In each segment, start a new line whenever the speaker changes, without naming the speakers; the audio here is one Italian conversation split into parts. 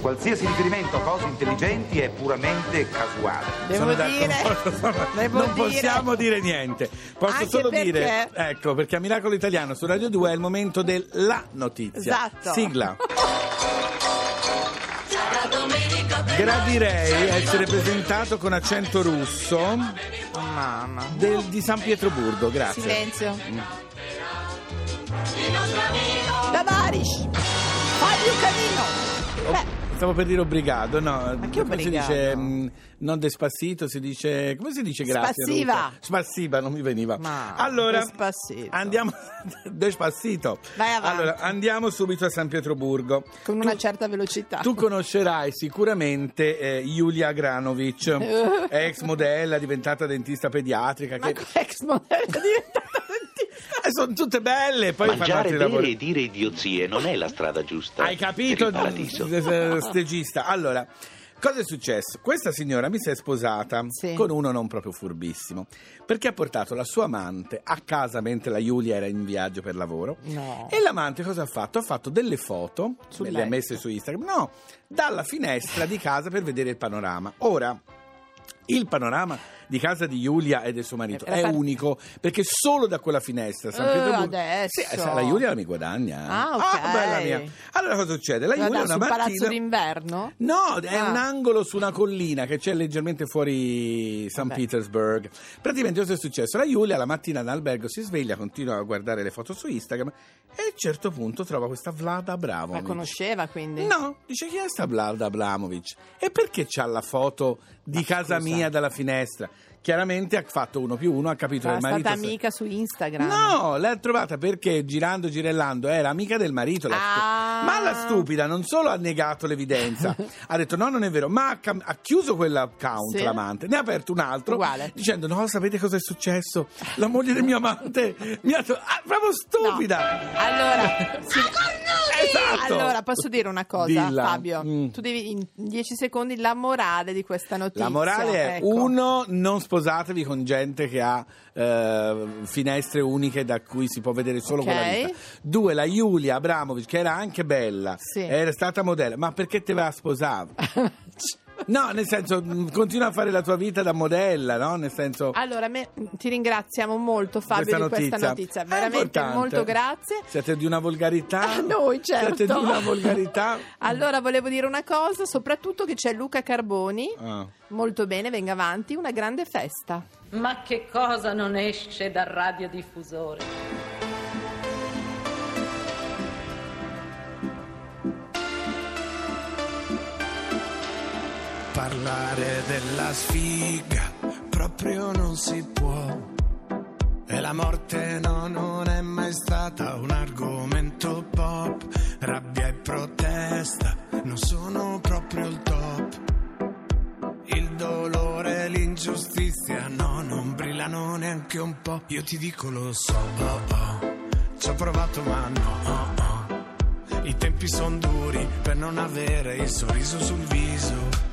Qualsiasi riferimento a cose intelligenti è puramente casuale.
Devo
Sono
dire,
d'accordo, sono-
devo
non
dire-
possiamo dire niente. Posso
Anche
solo dire,
perché-
ecco, perché a Miracolo Italiano su Radio 2 è il momento della notizia.
Esatto.
Sigla. Gradirei essere presentato con accento russo
Mamma.
del- di San Pietroburgo, grazie.
Silenzio. Da Marish. Fabio Camino. Beh,
Stavo per dire obbligato, no?
che
come si
obbligato?
dice mh, non despassito, si dice come si dice grazie? in
Spassiva.
russo? Spassiva, non mi veniva.
Ma,
allora
despassito.
andiamo despassito.
Vai avanti.
Allora, andiamo subito a San Pietroburgo.
con una certa velocità.
Tu conoscerai sicuramente eh, Julia Granovic, ex modella diventata dentista pediatrica
Ma
che
con ex modello è diventata dentista.
Eh, sono tutte belle, poi fanno
Mangiare
altri
bene
lavori.
e dire idiozie non è la strada giusta.
Hai capito,
Per il paradiso.
s- s- stegista? Allora, cosa è successo? Questa signora mi si è sposata
Sì.
con uno non proprio furbissimo, perché ha portato la sua amante a casa mentre la Giulia era in viaggio per lavoro.
No.
E l'amante cosa ha fatto? Ha fatto delle foto,
Sul
le ha
letto.
messe su Instagram, no, dalla finestra di casa per vedere il panorama. Ora... Il panorama di casa di Giulia e del suo marito
Era
è
Eh, par-
unico perché solo da quella finestra San
Eh,
Pietroburgo-
adesso.
Sì, eh, la Giulia mi guadagna. eh.
Ah, ok.
bella mia. Allora cosa succede? La Giulia
Guarda,
una
sul palazzo
mattina
d'inverno?
No, è
Ah.
un angolo su una collina che c'è leggermente fuori San
Vabbè.
Petersburg. Praticamente cosa è successo? La Giulia la mattina all'albergo si sveglia, continua a guardare le foto su Instagram e a un certo punto trova questa Vlada
La
Bravo.
conosceva quindi?
No, dice chi è sta Vlada Abramovic? E perché c'ha la foto di casa
scusa.
mia dalla finestra? Chiaramente ha fatto uno più uno, ha capito che
Era
il
stata
marito...
amica su Instagram.
No, l'ha trovata perché girando, girellando, era amica del marito. la stu-
Ah.
Ma la stupida non solo ha negato l'evidenza, ha detto no, non è vero, ma ha, cam- ha chiuso quell'account
Sì.
l'amante, ne ha aperto un altro
Uguale.
dicendo no, sapete cosa è successo? La moglie del mio amante mi ha... tro- Ah, proprio
No.
stupida!
Allora, sì.
Esatto!
Allora, posso dire una cosa,
Dilla.
Fabio?
Mm.
Tu devi in 10 secondi la morale di questa notizia.
La morale è
ecco.
uno, non sposatevi con gente che ha eh, finestre uniche da cui si può vedere solo
Ok.
quella vita. Due, la Giulia Abramovic, che era anche bella,
Sì.
era stata modella, ma perché te la sposavi? No, nel senso, mh, continua a fare la tua vita da modella, no? Nel senso...
Allora, me- ti ringraziamo molto Ah, Fabio
questa
di questa
notizia.
notizia,
È
veramente
importante.
molto grazie.
Siete di una volgarità.
A noi, certo.
Siete di una volgarità.
Allora, volevo dire una cosa, soprattutto che c'è Luca Carboni.
Ah.
Molto bene, venga avanti, una grande festa.
Ma che cosa non esce dal radiodiffusore?
Parlare della sfiga proprio non si può. E la morte no, non è mai stata un argomento pop. Rabbia e protesta non sono proprio il top. Il dolore e l'ingiustizia no, non brillano neanche un po'. Io ti dico lo so, oh, oh. ci ho provato ma no. oh, oh. I tempi son duri per non avere il sorriso sul viso.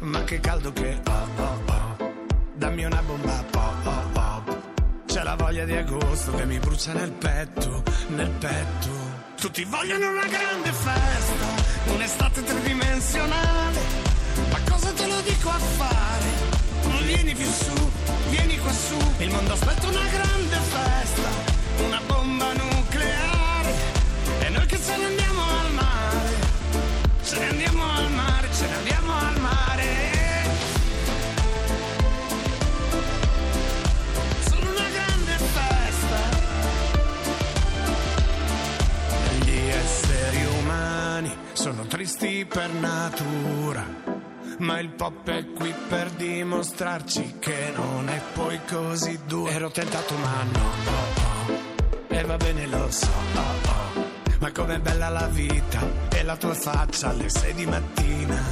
Ma che caldo che ho, oh, oh. dammi una bomba pop, oh, oh. C'è la voglia di agosto che mi brucia nel petto, nel petto. Tutti vogliono una grande festa, un'estate tridimensionale. Ma cosa te lo dico a fare? Tu non vieni più su, vieni qua su. Il mondo aspetta una grande festa, una bomba nucleare. E noi che ce ne andiamo al mare. Ce ne andiamo al mare, ce ne andiamo al mare. Sono una grande festa. Gli esseri umani sono tristi per natura. Ma il pop è qui per dimostrarci che non è poi così duro. Ero tentato ma no, oh, oh. E va bene lo so, oh, oh. Ma com'è bella la vita e la tua faccia alle sei di mattina.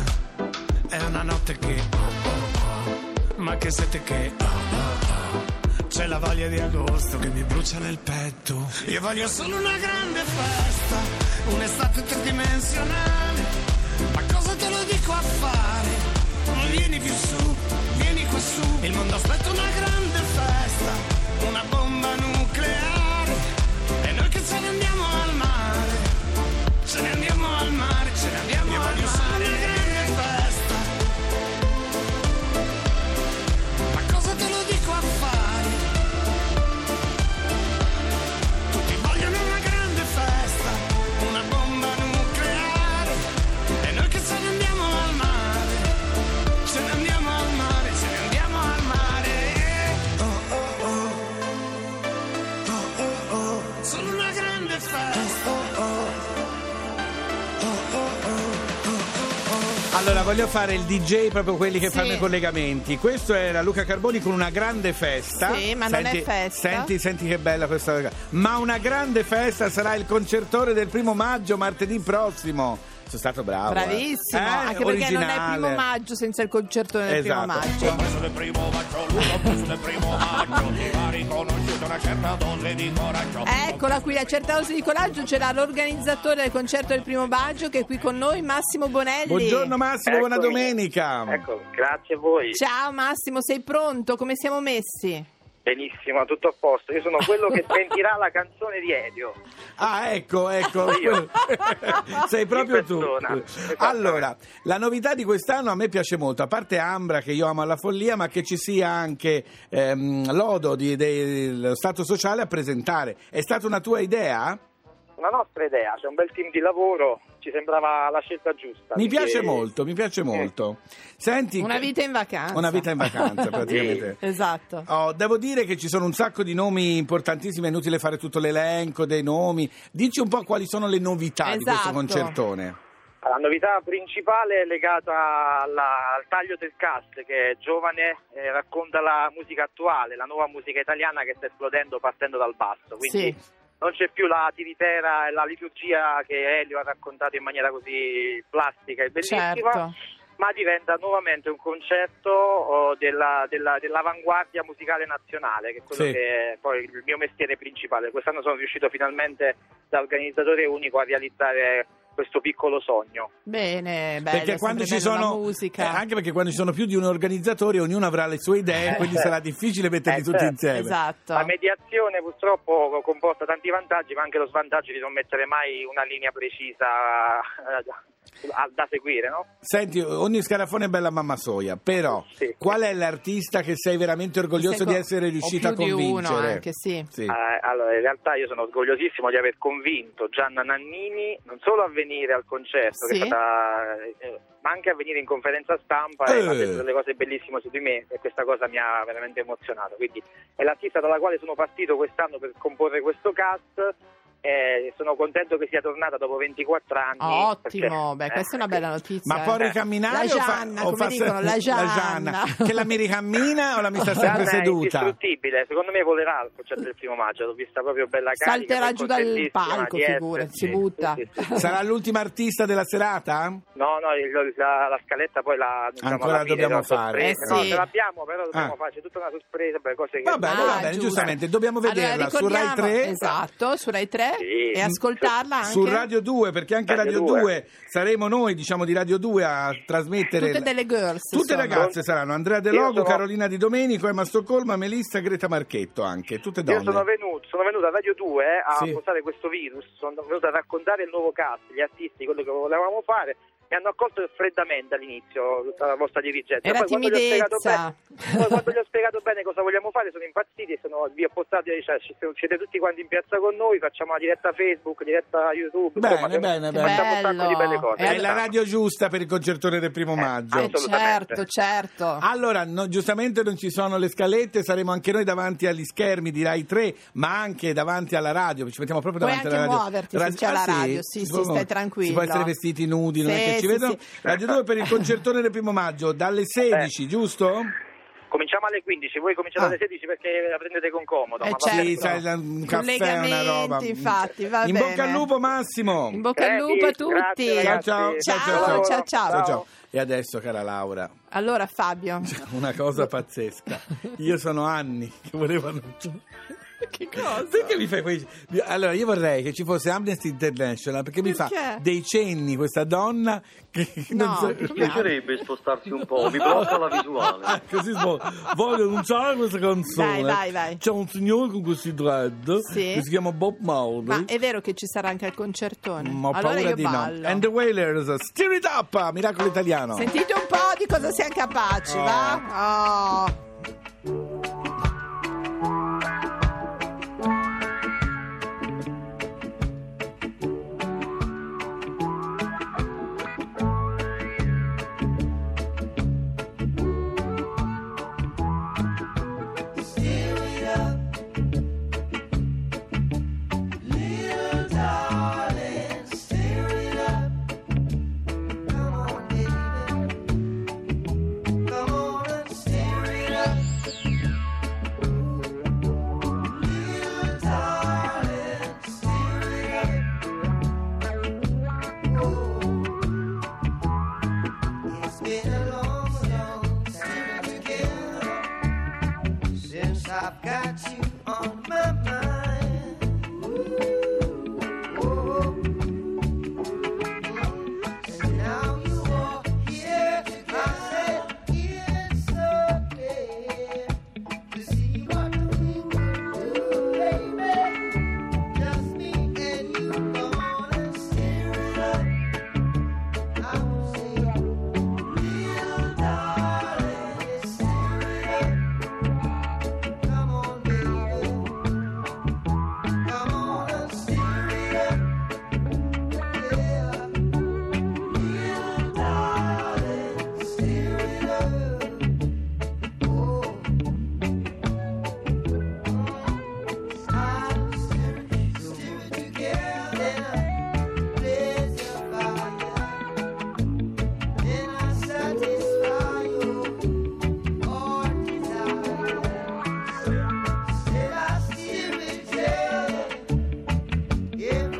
È una notte che, oh, oh, oh. Ma che sete che, oh, oh, oh. C'è la voglia di agosto che mi brucia nel petto. Io voglio solo una grande festa, un'estate tridimensionale. Ma cosa te lo dico a fare? Non vieni più su, vieni qua su. Il mondo aspetta una grande festa, una bomba nucleare. E noi che ce ne andiamo al mare, ce ne andiamo al mare, ce ne andiamo. Oh, oh,
Allora, voglio fare il DJ, proprio quelli che
Sì.
fanno i collegamenti. Questo era Luca Carboni con una grande festa.
Sì, ma non è festa.
Senti, senti che bella questa. Ma una grande festa sarà il concertore del primo maggio, martedì prossimo. Sono stato bravo. eh.
Bravissimo,
Eh,
anche perché non è il
originale.
primo maggio senza il concerto del primo
Esatto.
maggio.
preso del primo maggio, l'uno preso del primo maggio, ha riconosciuto una certa dose di coraggio.
Eccola qui, la certa dose di coraggio ce l'ha l'organizzatore del concerto del primo maggio che è qui con noi, Massimo Bonelli.
Buongiorno Massimo, buona
Eccomi.
domenica.
Ecco, grazie a voi.
Ciao Massimo, sei pronto? Come siamo messi?
Benissimo, tutto a posto. Io sono quello che sentirà la canzone di Elio.
Ah, ecco, ecco.
Io.
Sei proprio
In
tu.
persona, esattamente.
Allora, la novità di quest'anno a me piace molto, a parte Ambra che io amo alla follia, ma che ci sia anche ehm, l'odo di- dello Stato sociale a presentare. È stata una tua idea?
Una nostra idea, c'è un bel team di lavoro, ci sembrava la scelta giusta.
Mi piace
perché-
molto, mi piace molto. Senti,
Una vita in vacanza.
Una vita in vacanza, praticamente.
Esatto.
Ah,
Oh, devo dire che ci sono un sacco di nomi importantissimi, è inutile fare tutto l'elenco dei nomi. Dici un po' quali sono le novità di questo
Esatto.
concertone.
La novità principale è legata alla- al taglio del cast che è giovane, eh, racconta la musica attuale, la nuova musica italiana che sta esplodendo partendo dal basso. Quindi
Sì.
non c'è più la tiritera e la liturgia che Elio ha raccontato in maniera così plastica e bellissima.
Certo.
ma diventa nuovamente un concerto oh, della- della- dell'avanguardia musicale nazionale, che è quello
Sì.
che è poi il mio mestiere principale. Quest'anno sono riuscito finalmente da organizzatore unico a realizzare questo piccolo sogno.
Bene, bello,
perché quando ci
sempre bella
sono
la musica.
eh, anche perché quando ci sono più di un organizzatore ognuno avrà le sue idee
Eh,
quindi
certo.
sarà difficile metterli
Eh,
tutti
certo.
insieme
Esatto.
La mediazione purtroppo comporta tanti vantaggi, ma anche lo svantaggio di non mettere mai una linea precisa eh, da, da seguire, no?
senti ogni scarafone è bella mamma soia però
Sì.
qual è l'artista che sei veramente orgoglioso
Sei co-
di essere riuscita
o
a
più di
convincere
uno anche, sì. Ah,
Eh, allora, in realtà io sono orgogliosissimo di aver convinto Gianna Nannini non solo a venire al concerto, che
Sì.
è stata, eh, ma anche a venire in conferenza stampa
Eh.
e ha detto delle cose bellissime su di me e questa cosa mi ha veramente emozionato. Quindi è l'artista dalla quale sono partito quest'anno per comporre questo cast. e sono contento che sia tornata dopo 24 anni.
Oh, ottimo,
perché-
beh, questa è una
eh,
bella notizia.
ma può
eh.
ricamminare
La
o fa-
Gianna,
o
come
fa se-
dicono, la Gianna.
che la mi ricammina o la mi sta sempre
Gianna È
seduta
indistruttibile, secondo me volerà al concerto del primo maggio, l'ho vista proprio bella carica.
Salterà
poi
giù dal
contentissima
palco,
di
figura, si
esserci.
butta.
Sì, sì, sì.
sarà l'ultima artista della serata?
No, no, il- la, la scaletta poi la annunciamo
Ancora
alla fine,
dobbiamo
la sorpresa.
fare.
Eh sì.
No, ce l'abbiamo, però dobbiamo
Ah.
farci tutta una sorpresa per cose che
Vabbè,
Ah,
va bene,
giusto.
giustamente, dobbiamo vederla su Rai
ricordiamo-
3.
Esatto, su Rai 3
Sì.
e ascoltarla Ah, anche.
Su Radio 2, perché anche Radio,
Radio
2.
2
saremo noi, diciamo, di Radio 2 a trasmettere.
Tutte
la-
delle girls,
Tutte
insomma.
ragazze saranno Andrea De
Io
Logo,
sono-
Carolina Di Domenico, Emma Stoccolma, Melissa, Greta Marchetto anche, tutte donne.
Io sono venuto, sono venuto a Radio 2 a
Sì.
portare questo virus, sono venuto a raccontare il nuovo cast, gli artisti, quello che volevamo fare. Mi hanno accolto freddamente all'inizio tutta la vostra dirigenza.
Era
poi, quando gli ho spiegato
timidezza.
bene- poi quando gli ho spiegato bene cosa vogliamo fare, sono impazziti e sono, vi ho portato, cioè, ci siete- siete tutti quanti in piazza con noi, facciamo una diretta Facebook, diretta YouTube.
Bene,
insomma,
bene, bene.
Facciamo un sacco di belle cose.
Bello.
È la radio giusta per il concertone del primo maggio.
Eh,
assolutamente.
certo, certo.
Allora, no, giustamente non ci sono le scalette, saremo anche noi davanti agli schermi di Rai 3, ma anche davanti alla radio. Ci mettiamo proprio
Puoi
davanti
anche
alla radio. Ah,
muoverti se c'è la radio, sì,
Si
sì,
può-
stai
Si
tranquillo.
può essere vestiti nudi, non
Sì,
è che ci
sì,
vedono.
sì.
Radio 2 per il concertone del primo maggio, dalle 16, giusto?
Cominciamo alle 15, voi cominciate
Ah.
alle 16 perché la prendete con comodo.
Eh,
ma va
certo.
Sì, cioè,
bene.
sai, la- un caffè, una
Collegamenti,
roba.
infatti, va
In
bene.
bocca al lupo, Massimo.
In bocca al lupo a
Eh sì,
tutti.
grazie,
Ciao,
ragazzi.
ciao, ciao,
Ciao, ciao, ciao.
Ciao, ciao. E adesso, cara Laura,
Allora Fabio,
una cosa pazzesca. Io sono anni che volevo annunciare. Che cosa? Perché mi fai quei... Allora, io vorrei che ci fosse Amnesty International perché, mi fa
Perché?
dei cenni questa donna che che
No,
non so...
come-
piacerebbe spostarsi un po', vi blocco la visuale.
Ah, così sbo- Voglio annunciare questa canzone.
Vai, vai, vai.
C'è un signore con questi dread
Sì.
che si chiama Bob Marley.
ma è vero che ci sarà anche il concertone?
Mm, Ho
allora
paura
io
di
ballo.
no. And the Wailers, steer it up! Miracolo italiano.
Sentite un po' di cosa siamo capaci,
Oh.
va? Oh.
Little darling, steer it up.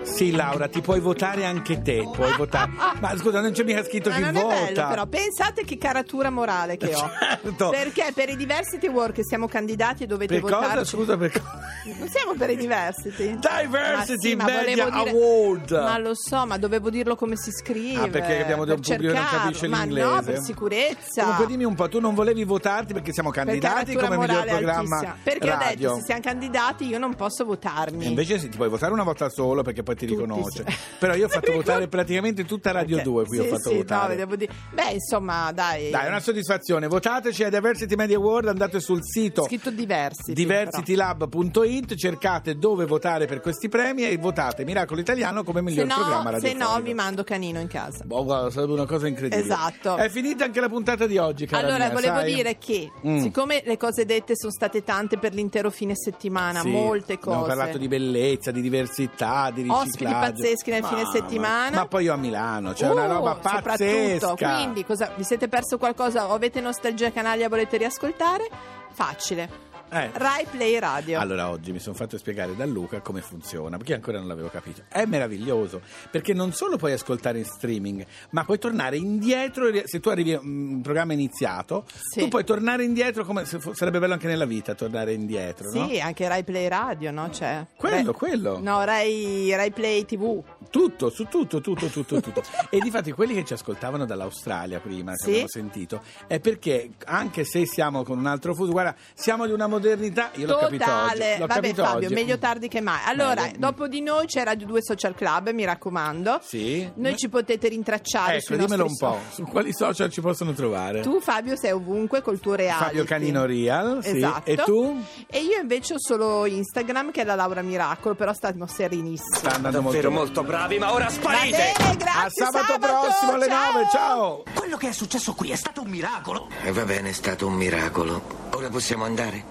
Sì, Laura, ti puoi votare anche te, puoi votare. Ma scusa, non c'è mica scritto
Ma
chi
non
vota.
è bello però, pensate che caratura morale che ho.
Certo.
Perché per i diversity award che siamo candidati e dovete
Per
votarci.
cosa? Scusa, per cosa?
Non siamo per i diversity.
Diversity
Ma sì, ma
Media
volevo
Award.
Ma lo so, ma dovevo dirlo come si scrive.
Ah, perché abbiamo
per
un pubblico che non
cercarlo.
capisce
Ma no,
l'inglese.
per sicurezza.
Comunque dimmi un po', tu non volevi votarti perché siamo
Per
candidati
caratura
come miglior
morale
programma
altissima. Perché ho
radio.
detto, se siamo candidati io non posso votarmi.
E Invece sì, ti puoi votare una volta solo perché poi ti
Tutti
riconosce.
sì.
Però io ho fatto votare praticamente tutta Radio
Perché-
2 qui ho
sì,
fatto
sì,
votare.
no, devo dire- Beh, insomma, dai.
Dai, è una soddisfazione. Votateci a Diversity Media Award, andate sul sito
Scritto diversity. però.
diversitylab.it, cercate dove votare per questi premi e votate Miracolo Italiano come
Se
miglior programma
no, se
radiofonico.
no vi mando canino in casa.
Boh, guarda, sarebbe una cosa incredibile.
Esatto.
È finita anche la puntata di oggi, cara
Allora,
mia,
volevo
sai?
dire che,
Mm.
siccome le cose dette sono state tante per l'intero fine settimana,
Sì,
molte cose.
Abbiamo parlato di bellezza, di diversità, di riciclaggio.
Ospiti pazzeschi nel fine
Mamma mia.
settimana.
Ma poi io a Milano, c'è
Uh,
una roba
soprattutto.
pazzesca.
Quindi, cosa, vi siete perso qualcosa o avete nostalgia canaglia e volete riascoltare? Facile.
Eh.
Rai Play Radio.
Allora, oggi mi sono fatto spiegare da Luca come funziona, perché ancora non l'avevo capito. È meraviglioso, perché non solo puoi ascoltare in streaming, ma puoi tornare indietro. e- Se tu arrivi a un programma iniziato,
Sì.
tu puoi tornare indietro come se fo- sarebbe bello anche nella vita tornare indietro, no?
Sì, anche Rai Play Radio, no? Cioè,
Quello,
Rai-
quello.
No, Rai, Rai Play TV.
Tutto, su tutto, tutto, tutto, tutto. e difatti quelli che ci ascoltavano dall'Australia prima, che
Sì.
abbiamo sentito, è perché anche se siamo con un altro fuso, guarda, siamo di una modernità, io l'ho capito oggi.
Totale.
L'ho
Vabbè,
capito
Fabio,
oggi.
meglio tardi che mai. Allora,
Meglio.
dopo di noi c'è Radio 2 Social Club, mi raccomando.
Sì.
Noi ci potete rintracciare
Ecco,
sui
dimmelo un
nostri
po', su quali social ci possono trovare?
Tu Fabio sei ovunque col tuo reality
Fabio Canino Real, sì.
Esatto.
E tu?
E io invece ho solo Instagram che è la Laura Miracolo, però stiamo serenissimi.
Sta andando molto
Davvero
bene.
molto bravi, ma ora
Va
sparite!
bene,
A
grazie.
sabato, prossimo alle 9, ciao!
Quello che è successo qui è stato un miracolo.
E va bene, è stato un miracolo. Ora possiamo andare?